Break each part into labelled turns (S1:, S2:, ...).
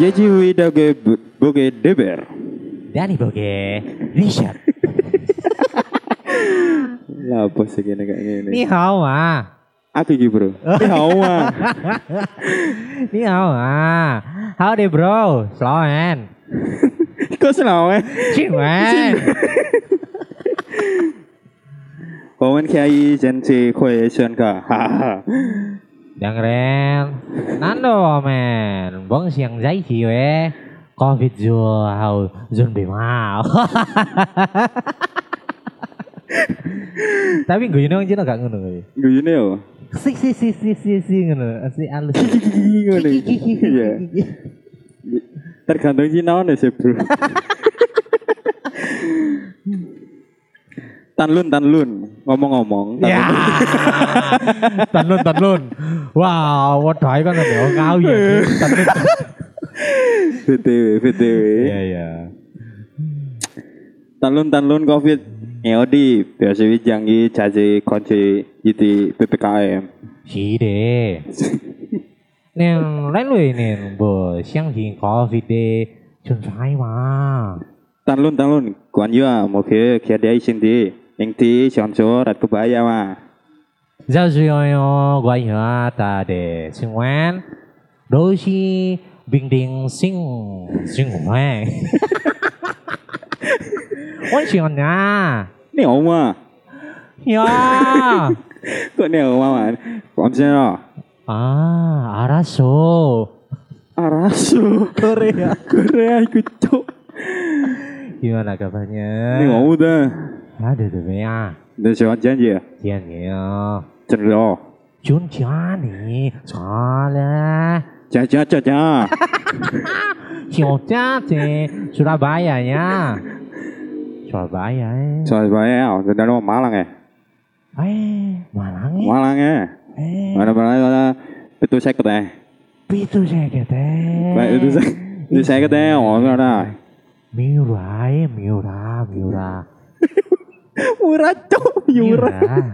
S1: Yeji Widage Boge Deber.
S2: Dani Boge, Richard.
S1: Lah apa sih gini kayak gini?
S2: Ni hao ma.
S1: Aku iki bro. Ini hawa.
S2: Ni hao ma. Howdy bro, Sloan.
S1: Kok senau eh?
S2: Cingwen.
S1: Wawan kiai jen si kue jen ka. Hahaha.
S2: Yang keren. Nando men, bong siang zai ki we. Covid jo hao zon be mao. Tapi gue ini orang Cina gak ngono gue.
S1: Gue ini yo.
S2: Si si si si si si ngono, si alus.
S1: Ngono iki. Iya. Tergantung Cina nih sih bro. Tanlun Tanlun ngomong-ngomong.
S2: Ya.
S1: Tanlun.
S2: Dạ. Tanlun tanlun. Wow, wadai kan ada orang kau ya. Tanlun.
S1: VTW VTW.
S2: ya.
S1: Tanlun Tanlun Covid. Nyodi biasa wijangi jaji kunci jadi PPKM.
S2: Si deh. Neng lain lu ini bo, siang sih covid deh. Chun sai ma.
S1: Tanlun Tanlun kuan yo mau ke kia dia isin di. Yang di Sionso rat kebaya mah.
S2: Giao duy yo gua yo ta de xin wen. Đôi khi bình định xin xin hoài. Ôi chuyện nha.
S1: Ini oma.
S2: Yeah.
S1: Kok ini oma man. Kom sini no.
S2: Ah, araso.
S1: Arasu. Korea. Korea ikut cok.
S2: Gimana kabarnya?
S1: Ini mau udah.
S2: Ada tuh ya.
S1: Dan siapa janji ya?
S2: Yang ya.
S1: Cenderung.
S2: Jun Jani, soalnya
S1: Caca caca.
S2: Siapa sih Surabaya ya? Surabaya. eh.
S1: Soal sebaya, cenderung Malang ya.
S2: Eh, Malang ya?
S1: Malang ya.
S2: Eh,
S1: Mana mana mana. Itu saya ketemu.
S2: itu saya kata.
S1: Baik itu saya. Itu saya ketemu. Oh ada.
S2: Miura, eh, Miura, Miura.
S1: Murah cok. Murah.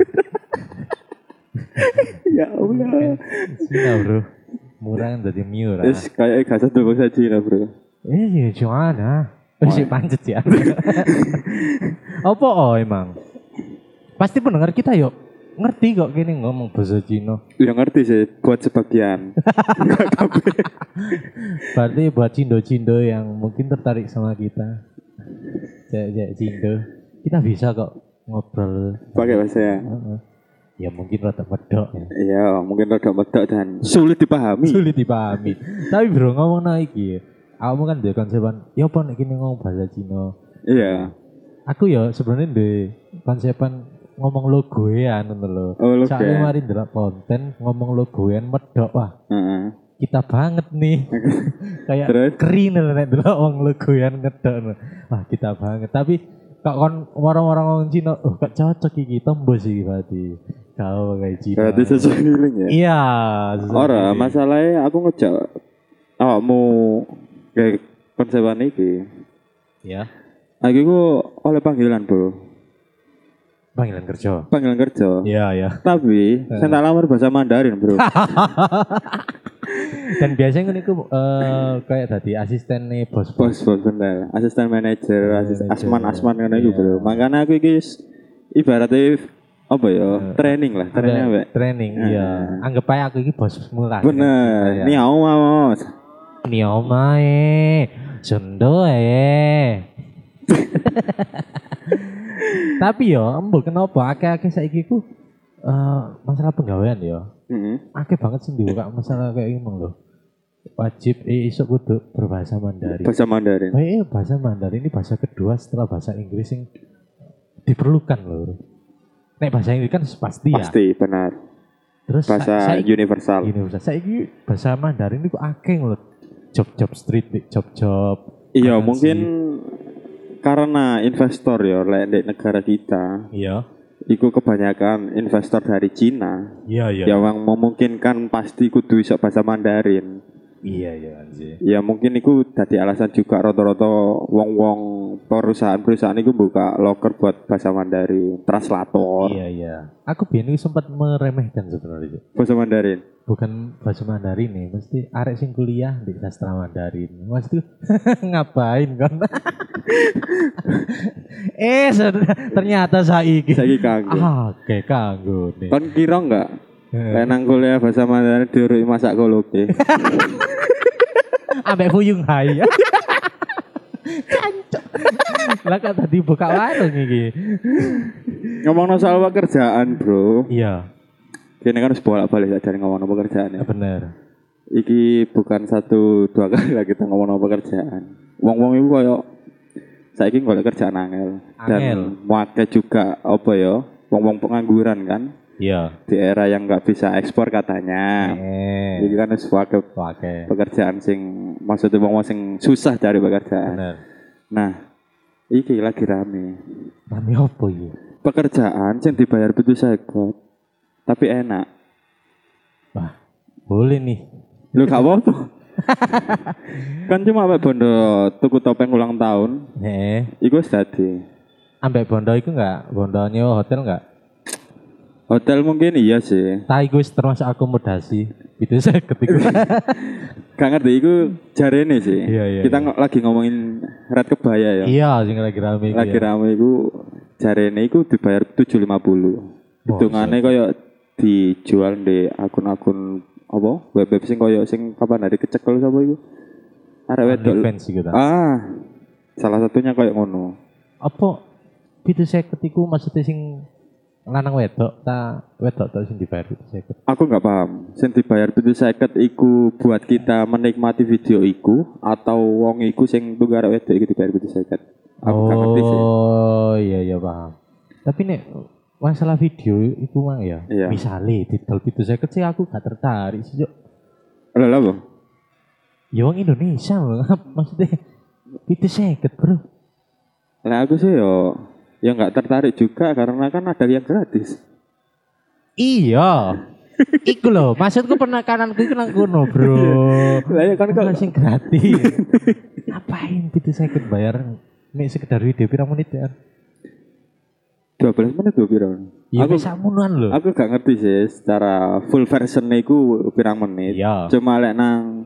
S1: Ya
S2: Miura.
S1: Allah.
S2: Cina bro. Murah kan jadi Miura.
S1: Terus kayak gak satu bahasa Cina bro.
S2: Iya, gimana? Wis pancet ya. Apa oh emang? Pasti pendengar kita yuk ngerti kok gini ngomong bahasa Cina.
S1: Ya ngerti sih. Buat sebagian.
S2: Berarti buat cindo-cindo yang mungkin tertarik sama kita. Cek-cek cindo. Kita bisa kok ngobrol.
S1: Pakai bahasa ya.
S2: Heeh. Ya mungkin rada medok ya.
S1: Iya, mungkin rada medok dan sulit dipahami.
S2: Sulit dipahami. Tapi bro ngomong naik iki. Kamu kan dia konsepan, ya apa nek gini ngomong bahasa Cina.
S1: Iya.
S2: aku ya sebenarnya di konsepan ngomong logoan ngono lho.
S1: Oh, lu
S2: Soalnya
S1: kayak.
S2: mari ndelok konten ngomong logoan medok wah
S1: Heeh.
S2: kita banget nih. Kayak
S1: Terus?
S2: keri lho nek ndelok wong logoan ngedok. lho. Wah, kita banget. Tapi kok kon orang-orang wong Cina, oh gak cocok iki tembus iki berarti. Kau kayak Cina.
S1: Berarti sesuai feeling ya.
S2: Iya.
S1: Ora,
S2: sesuai.
S1: masalahnya aku ngejak awakmu kayak konsepan iki.
S2: Ya,
S1: Aku iku oleh panggilan, Bro.
S2: panggilan kerja.
S1: Panggilan kerja.
S2: Iya, iya.
S1: Tapi saya tak lamar bahasa Mandarin, Bro.
S2: Dan biasanya kan itu eh, kayak tadi asisten nih bos-bos.
S1: Bos, bos bener. Asisten manajer, asisten
S2: Manager.
S1: asman-asman ngono iku,
S2: Iya.
S1: Bro. Makanya aku iki is- ibaratnya apa ya? Training lah, training apa?
S2: Iya. Ada training iya anggap aja aku ini bosmu
S1: Iya, Ah.
S2: lah Iya.
S1: Bener. Ini aku mau.
S2: ini oma eh sendo eh tapi yo embo kenapa akeh-akeh saiki ku eh, masalah penggawean yo
S1: Heeh.
S2: akeh banget sih dibuka masalah kayak gini loh wajib eh, esok kudu berbahasa Mandarin
S1: Bahasa Mandarin.
S2: Eh, bahasa Mandarin ini bahasa kedua setelah bahasa Inggris yang diperlukan loh Nek bahasa Inggris kan pasti ya.
S1: Pasti benar.
S2: Terus sa-
S1: Bahasa
S2: saiki-
S1: universal.
S2: Universitas. Saiki bahasa Mandarin niku akeh lho. Job-job street, Dik. job-job.
S1: Iya,
S2: Kanan
S1: mungkin karena investor ya, lek di negara kita,
S2: Iya.
S1: itu kebanyakan investor dari Cina Ya,
S2: Iya, iya.
S1: yang memungkinkan pasti kudu iso bahasa Mandarin.
S2: Iya iya anjir.
S1: Ya mungkin itu dadi alasan juga rata-rata wong-wong perusahaan-perusahaan itu buka locker buat bahasa Mandarin, translator,
S2: Iya iya. Aku biar sempat meremehkan sebenarnya. Cuk.
S1: bahasa Mandarin.
S2: Bukan bahasa Mandarin nih, mesti arek sing kuliah di sastra Mandarin. Mas tuh ngapain kon? eh saudara, ternyata saiki.
S1: Saiki kanggo.
S2: Ah, oke kanggo nih.
S1: Kon kira enggak
S2: Eh,
S1: Lenang kuliah bahasa Mandarin diurui masak koloke.
S2: Ambek Fuyung Hai. Cancok. Lah kan tadi buka warung iki.
S1: Ngomong soal pekerjaan, Bro.
S2: Iya,
S1: Kini kan sebolak balik aja ngomong pekerjaan ya.
S2: bener.
S1: Iki bukan satu dua kali lah kita ngomong pekerjaan. Wong-wong itu koyo saiki golek kerjaan angel
S2: Angel.
S1: dan wakai juga apa ya? Wong-wong pengangguran kan
S2: Iya.
S1: di era yang nggak bisa ekspor katanya. Jadi Nah.
S2: Eh.
S1: kan wis wakai
S2: Oke.
S1: pekerjaan sing maksudnya wong-wong sing susah cari pekerjaan.
S2: Bener.
S1: Nah, iki lagi rame.
S2: Rame opo iki?
S1: pekerjaan yang dibayar itu segot tapi enak
S2: Wah, boleh nih.
S1: lu gak apa-apa kan cuma apa bondo tuku topeng ulang tahun
S2: Eh.
S1: iku wis dadi
S2: Ambek Bondo iku enggak? Bondo nyewa hotel enggak?
S1: hotel mungkin iya sih
S2: Tai gue termasuk akomodasi. Itu saya
S1: Iya.
S2: ketika
S1: gak ngerti iku jarene sih
S2: Iya, iya,
S1: kita
S2: iya.
S1: ngo- lagi ngomongin red kebaya ya
S2: Iya, sing lagi rame iki.
S1: lagi
S2: ya.
S1: rame iku jarene iku dibayar 750
S2: Wah,
S1: hitungannya koyo dijual di akun-akun apa web web sing koyo sing kapan hari kecekel sapa iku arek wedok
S2: Defense gitu.
S1: Ah, salah satunya kayak ngono.
S2: Apa itu saya ketiku maksudnya sing lanang wedok ta wedok ta sing dibayar itu saya
S1: Aku nggak paham. Sing dibayar itu seket iku buat kita menikmati video iku atau wong iku sing tunggu arek wedok iku dibayar itu seket. Aku nggak ngerti sih.
S2: Oh, iya iya paham. Tapi nek masalah video itu mang ya.
S1: Iya.
S2: Misalnya titel itu saya sih aku gak tertarik sih. Cuk.
S1: Lah lah Bang.
S2: Ya wong Indonesia loh. maksudnya itu saya bro.
S1: Lah aku sih yo ya nggak tertarik juga karena kan ada yang gratis.
S2: Iya. Iku loh, maksudku penekananku iku nang kono, Bro.
S1: Lah ya kan
S2: Kan
S1: kok
S2: sing gratis. Ngapain gitu saya ikut bayar nek sekedar video pirang menit ya.
S1: 12 menit gue piro.
S2: Iya
S1: Aku-
S2: wis samunan lho.
S1: Aku gak ngerti sih secara full version iku pirang menit.
S2: Iya.
S1: Cuma lek nang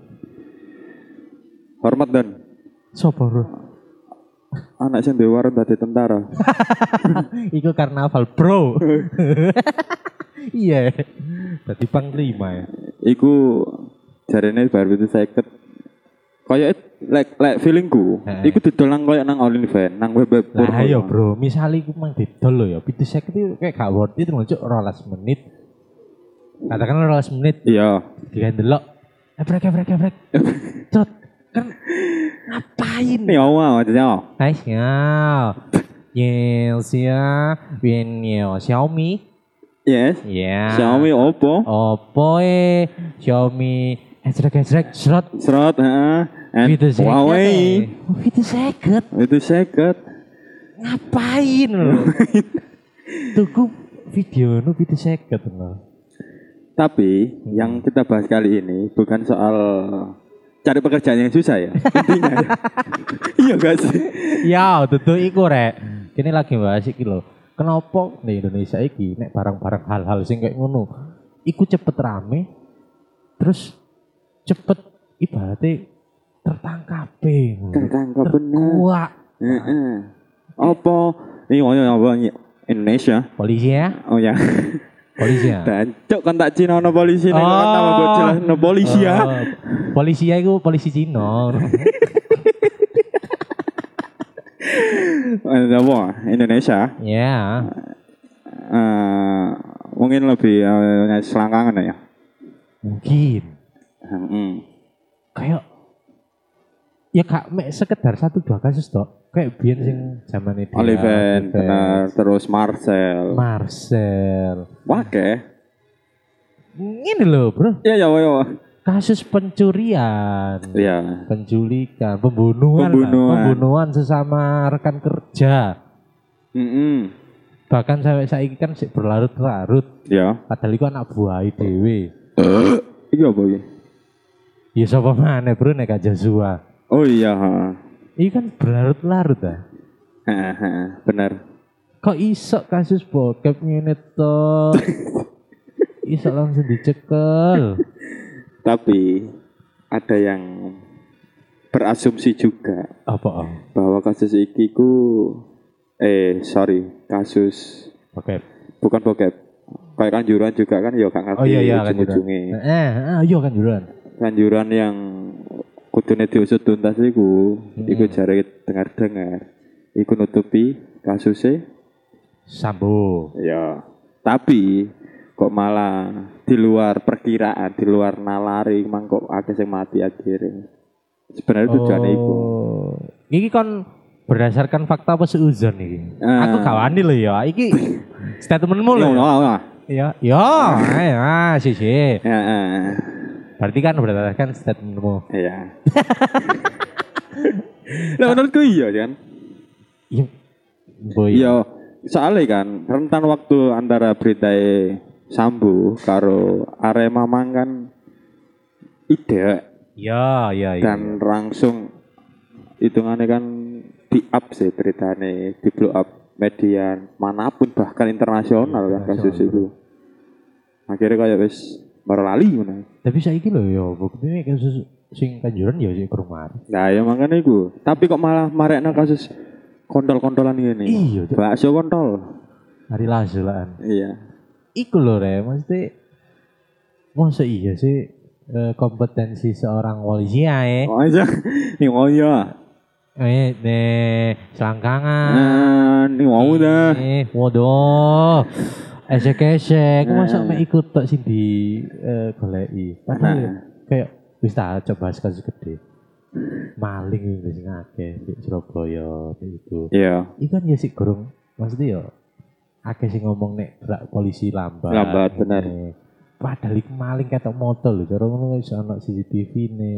S1: hormat dan
S2: Sopo, Bro?
S1: anak sing duwe warung dadi tentara.
S2: Iku karnaval, Bro. Iya. Tadi panglima ya.
S1: iku jarene bar itu seket koyo lek lek feelingku
S2: Heeh.
S1: iku didolang koyo nang OnlyFans nang web web porno.
S2: Lah iya, Bro. Misale iku mang didol lho ya. Video saya itu kayak gak worth it lho, Cuk, 12 menit. Katakan 12 menit
S1: iya
S2: Dia delok. Ebrek ebrek ebrek. Cot. Kan ngapain?
S1: ini
S2: ya?
S1: oma maksudnya
S2: Hai sial. Yes ya. Win yo ya. Xiaomi.
S1: yes
S2: Ya.
S1: Xiaomi Oppo
S2: Oppo e Xiaomi. Ebrek ebrek serot.
S1: serot heeh and
S2: Gitu seket.
S1: Huawei
S2: Gitu seket.
S1: itu seket
S2: Ngapain lo? Tuku video nu gitu seket lo.
S1: tapi yang
S2: Hmm.
S1: kita bahas kali ini bukan soal cari pekerjaan yang susah ya intinya ya. iya gak sih
S2: Ya, tentu iku rek. Kini lagi bahas iki lho. Kenapa di Indonesia iki nek barang-barang hal-hal sing kayak ngono iku cepet rame terus cepet ibaratnya tertangkap
S1: tertangkap bener
S2: terkuak
S1: Heeh. Oppo ini wong apa Indonesia
S2: polisi ya
S1: oh ya
S2: polisi ya
S1: Dan cok kan tak Cina no polisi nih
S2: Oh.
S1: kan tambah buat jelas no polisi ya.
S2: Eh, polisi ya iku polisi Cina
S1: Eh, apa? Indonesia.
S2: ya
S1: eh, mungkin lebih eh, selangkangan ya. Hmm.
S2: mungkin
S1: Heeh.
S2: kayak ya kak mek sekedar satu dua kasus tok kayak biar sing zaman itu
S1: Oliven, benar. Terus Marcel.
S2: Marcel
S1: Wake.
S2: ini loh bro
S1: Iya ya yo.
S2: kasus pencurian
S1: Iya.
S2: penculikan pembunuhan lah.
S1: Pembunuhan.
S2: pembunuhan sesama rekan kerja
S1: Heeh.
S2: bahkan sampai saiki kan sik berlarut-larut
S1: Ya. Iya,
S2: padahal itu anak buah dewe
S1: Iki apa iki?
S2: Ya sapa maneh bro nek gak Joshua.
S1: Oh iya, ha.
S2: Iki kan berlarut-larut ah.
S1: Ha, ha, benar.
S2: Kok iso kasus bokep ngene to? iso langsung dicekel.
S1: Tapi ada yang berasumsi juga
S2: Apa? Om?
S1: bahwa kasus iki ku eh sorry kasus
S2: Bokep.
S1: bukan bokep kayak kanjuran juga kan ya gak ngerti
S2: Oh iya iya
S1: ujung-ujungnya.
S2: kanjuran. Eh, eh, iya kanjuran.
S1: kanjuran yang kudune diusut tuntas iku
S2: Mm-mm.
S1: iku jare dengar-dengar iku nutupi kasusnya
S2: Sambo.
S1: ya tapi kok malah di luar perkiraan di luar nalari mang kok akeh sing mati akhirnya sebenarnya tujuannya iku
S2: Oh. Iki kon berdasarkan fakta apa seuzon iki?
S1: Ah.
S2: Aku kawani lho ya. Iki statementmu lho.
S1: Ngono, ngono.
S2: Iya, iya, ayo, ah, sih, sih.
S1: Ya, ya, ya.
S2: Berarti kan berdasarkan statementmu.
S1: Iya. Lah menurutku iya kan.
S2: Iya, boy.
S1: Iya. Soalnya kan rentan waktu antara berita Sambu karo Arema mang kan ide
S2: iya, iya, iya.
S1: dan langsung hitungannya kan di up sih beritane di blow up media manapun bahkan internasional kan kasus
S2: Internasional.
S1: itu akhirnya kayak wis baru lali ngono.
S2: Tapi saya iki lho ya, buktinya kasus sing kanjuran ya sih ke rumah.
S1: Nah ya makanya itu Tapi kok malah marekno kasus Kontol-kontolan ini
S2: Iya, Cuk.
S1: Bakso kontol
S2: hari lasulan.
S1: Iya
S2: Iku lho re, mesti masa iya sih eh, kompetensi seorang polisi ya eh.
S1: Oh iya Ini mau ya
S2: Eh, nih, selangkangan.
S1: Nah, Ini mau dah
S2: Eh, waduh. Esek-esek, masa
S1: Nah.
S2: mek ikut tok sing di eh, goleki. Padahal
S1: Nah.
S2: ya, kayak wis tak coba kasus gede. Maling iki sing akeh di Surabaya kayak gitu.
S1: Iya
S2: Ikan ya sih gorong maksudnya ya akeh sih ngomong nek berak polisi lambat.
S1: Lambat, bener.
S2: Ini. Padahal iku maling ketok motor lho, cara ngono wis ana CCTV ne.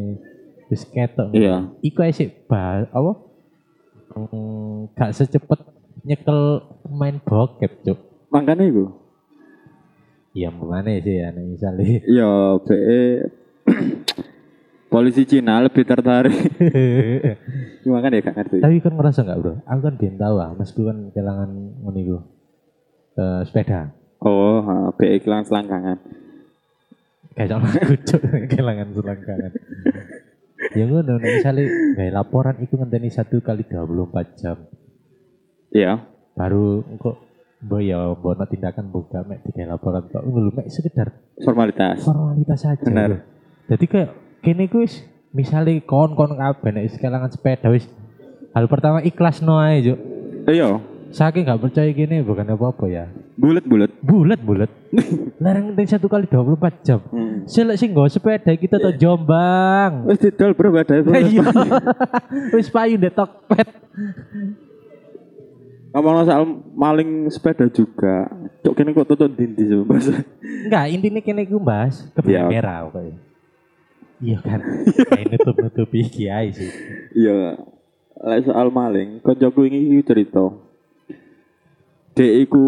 S2: Wis ketok.
S1: Iya
S2: Iku ae sih bah apa? Hmm, gak secepet nyekel main bokep, Cuk.
S1: Makanya itu
S2: Ya mana sih ya nek misale.
S1: Iya BE Polisi Cina lebih tertarik Cuma kan ya gak ngerti
S2: Tapi kan ngerasa nggak bro? Aku kan belum tahu ah, mas kan kelangan meniku eh sepeda.
S1: Oh ha, BE iklan selangkangan
S2: Kayak sama aku cuk kelangan selangkangan. ya ngono nek misale gawe laporan itu ngenteni 1 kali 24 jam.
S1: Iya
S2: Baru engko mbok ya mbok ana tindakan buka mek digawe laporan tok ngono lho, mek sekedar
S1: Formalitas
S2: formalitas saja.
S1: Bener.
S2: lho. Jadi kayak kene ku wis misale kon-kon kabeh nek wis kelangan sepeda wis hal pertama ikhlas no ae Cuk.
S1: Iya
S2: Saking gak percaya gini bukan apa-apa ya.
S1: Bulet-bulet
S2: Bulat bulat. Larang penting satu kali 24 jam.
S1: hmm.
S2: Selek sing nggawa sepeda kita tuh Jombang.
S1: Wis didol bro badai bro
S2: Iya. Wis payu ndek Tokped.
S1: Ngomong soal maling sepeda juga. Cok kene kok tutup dindi sih bahasa.
S2: Enggak, intinya kene iku Mas,
S1: Iya.
S2: kebaya merah pokoknya. Iya kan. Kayak nutup-nutupi iki ae sih.
S1: Iya. Lek soal maling, kancaku ini iki cerita. Dek iku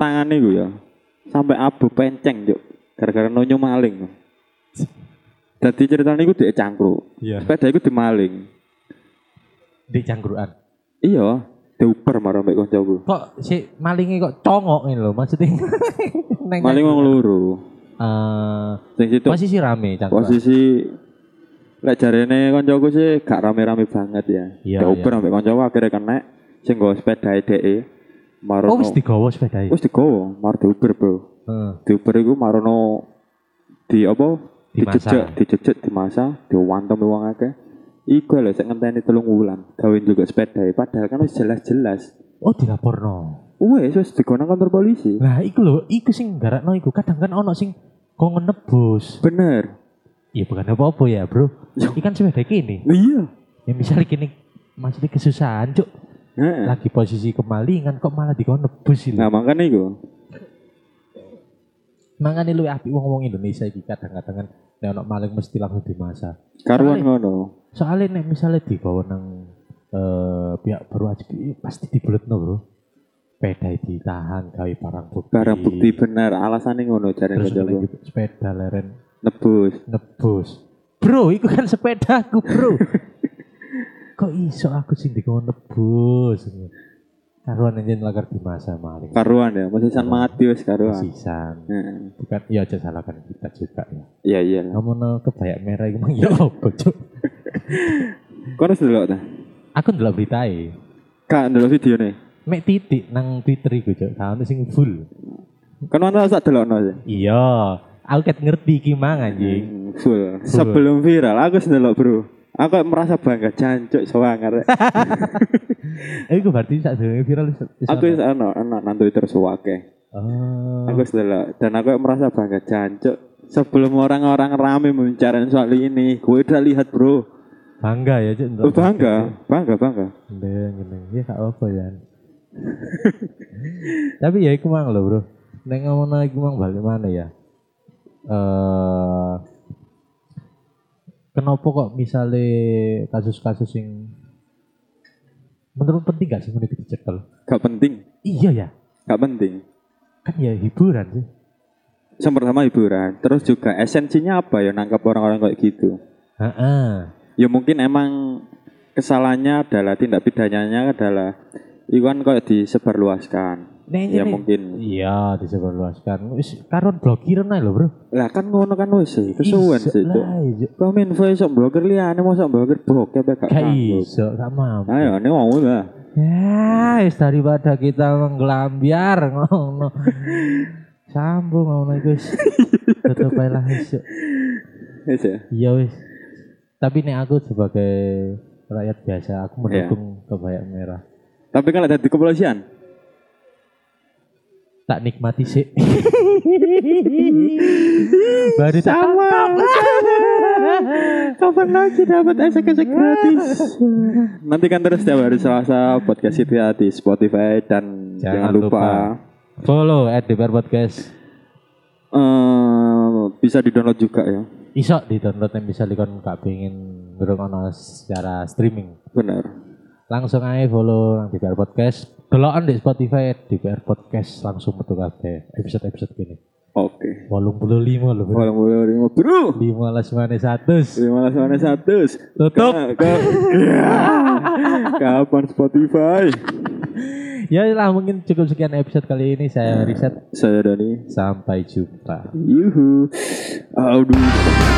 S1: tangane iku ya. Sampai abu penceng cok. Gara-gara nonyo maling. Dadi ceritanya iku dek cangkruk.
S2: Iya.
S1: Sepeda iku dimaling.
S2: Di cangkruan.
S1: Iya, diuber marah mbek kancaku.
S2: Kok si malingnya kok congok ini lho maksudnya. Neng-
S1: Maling wong loro.
S2: Eh,
S1: Sing situ
S2: posisi rame cangkruan.
S1: posisi lek jarene kancaku sih gak rame-rame banget ya.
S2: Iya,
S1: Ya uber ambek kancaku akhirnya kena sing nggawa sepeda dheke marono.
S2: Oh wis digawa sepeda Eh,
S1: wis digawa, mar di uber, Bro.
S2: Heeh.
S1: Di uber iku marono di apa? Dijejek,
S2: Dimasa.
S1: dijejek di masa, diwantem wong akeh. Iku lho sik ngenteni telung wulan, gawe juga sepeda padahal kan wis jelas-jelas.
S2: Oh dilaporno.
S1: Wes wis digono kantor polisi.
S2: Nah, iku lho, iku sing garakno iku kadang kan ono sing kok ngenebus.
S1: Bener.
S2: Ya bukan apa-apa ya, Bro.
S1: Yo.
S2: Ikan sepeda kini.
S1: Iya.
S2: Ya misalnya kini maksudnya kesusahan, Cuk.
S1: Heeh.
S2: Lagi posisi kemalingan kok malah dikon nebus iki.
S1: Nah, makanya iku.
S2: Mangane luwih apik wong-wong Indonesia iki kadang-kadang kan nek ono maling mesti langsung dimasa.
S1: Karuan
S2: Soale-
S1: ngono.
S2: Soalnya nek misalnya dibawa nang eh, pihak berwajib i- pasti dibuletno, Bro. Sepeda ditahan gawe barang bukti.
S1: Barang bukti bener, alasannya ngono jarene
S2: Terus
S1: kancaku.
S2: sepeda leren
S1: Nebus.
S2: nebus Bro, iku kan sepedaku, Bro. Kok iso aku sing dikono bos. Karuan anjen lagar di masa maling.
S1: karuan ya masih san mati wes karuan
S2: Sisan.
S1: Heeh.
S2: Bukan iya aja salahkan kita juga ya.
S1: iya iya
S2: Kamu no kebayak merah iku mang ya opo, Cuk?
S1: kau harus dulu ta
S2: Aku ndelok beritae.
S1: kak dulu video nih
S2: Mek titik nang Twitter iku, Cuk. Kaono sing full.
S1: kan mana sak dulu sih
S2: Iya, aku ket ngerti iki mang anjing.
S1: Hmm, full. Sebelum viral aku sendelok bro. Aku merasa bangga jancuk sewangar.
S2: Eh, Iku berarti saat viral wis- wis
S1: aku
S2: ono.
S1: wis ana ana nang Twitter suwake.
S2: Oh.
S1: Aku sendelok dan aku merasa bangga jancuk sebelum orang-orang rame membicarakan soal ini. Gue udah lihat bro.
S2: bangga ya
S1: Oh,
S2: cuk
S1: bangga, bangga, bangga.
S2: Ndeng ngene. Ya gak apa ya. Tapi ya iku mang lho, Bro. Nek ngono iku mang balik mana ya? Eh Kenapa kok misalnya kasus-kasus yang menurut penting gak sih menurut dicekel?
S1: Gak penting,
S2: Iya ya,
S1: gak penting.
S2: kan ya hiburan sih.
S1: Yang pertama hiburan, terus juga esensinya apa ya nangkap orang-orang kayak gitu.
S2: Heeh.
S1: Ya mungkin emang kesalahannya adalah tindak pidananya adalah Iwan kok disebarluaskan.
S2: Nek
S1: Ya
S2: ngene-
S1: mungkin
S2: Iya, disebarluaskan. Wis karon blokiran ae lho, Bro.
S1: Lah kan ngono kan wis kesuwen sih itu.
S2: Lah, iya.
S1: Komen voice sok blogger liyane mau sok blogger bokep ya gak
S2: Gak
S1: kanggo.
S2: iso, gak mampu.
S1: Ayo ne mau lah.
S2: Ya, wis daripada kita menggelambiar ngono. Sambung ngono iku wis. Tutup ae lah wis. yuk.
S1: Wis ya.
S2: Iya wis. Tapi nek aku sebagai rakyat biasa, aku mendukung kebaya merah.
S1: Tapi kalau dari kepolisian,
S2: Tak nikmati sih. Baru tak
S1: Sama, kapan lagi dapat esek-esek gratis? Nantikan terus tiap hari Selasa podcast itu ya di Spotify dan jangan,
S2: Jangan
S1: lupa,
S2: Follow at DPR Podcast.
S1: eh, bisa di-download juga ya.
S2: Iso di download yang bisa dikon gak pengen ngrungokno secara streaming.
S1: Benar.
S2: langsung aja follow nang DPR Podcast delokan di Spotify DPR Podcast langsung metu kabeh episode episode gini
S1: Oke.
S2: 85 lho
S1: Walang boleh lima bro.
S2: 5 las mana 100
S1: Lima belas mana satu.
S2: tutup
S1: Ka- ka- Kapan Spotify?
S2: ya lah mungkin cukup sekian episode kali ini saya riset
S1: Saya Dani.
S2: sampai jumpa
S1: Yuhu. Aduh.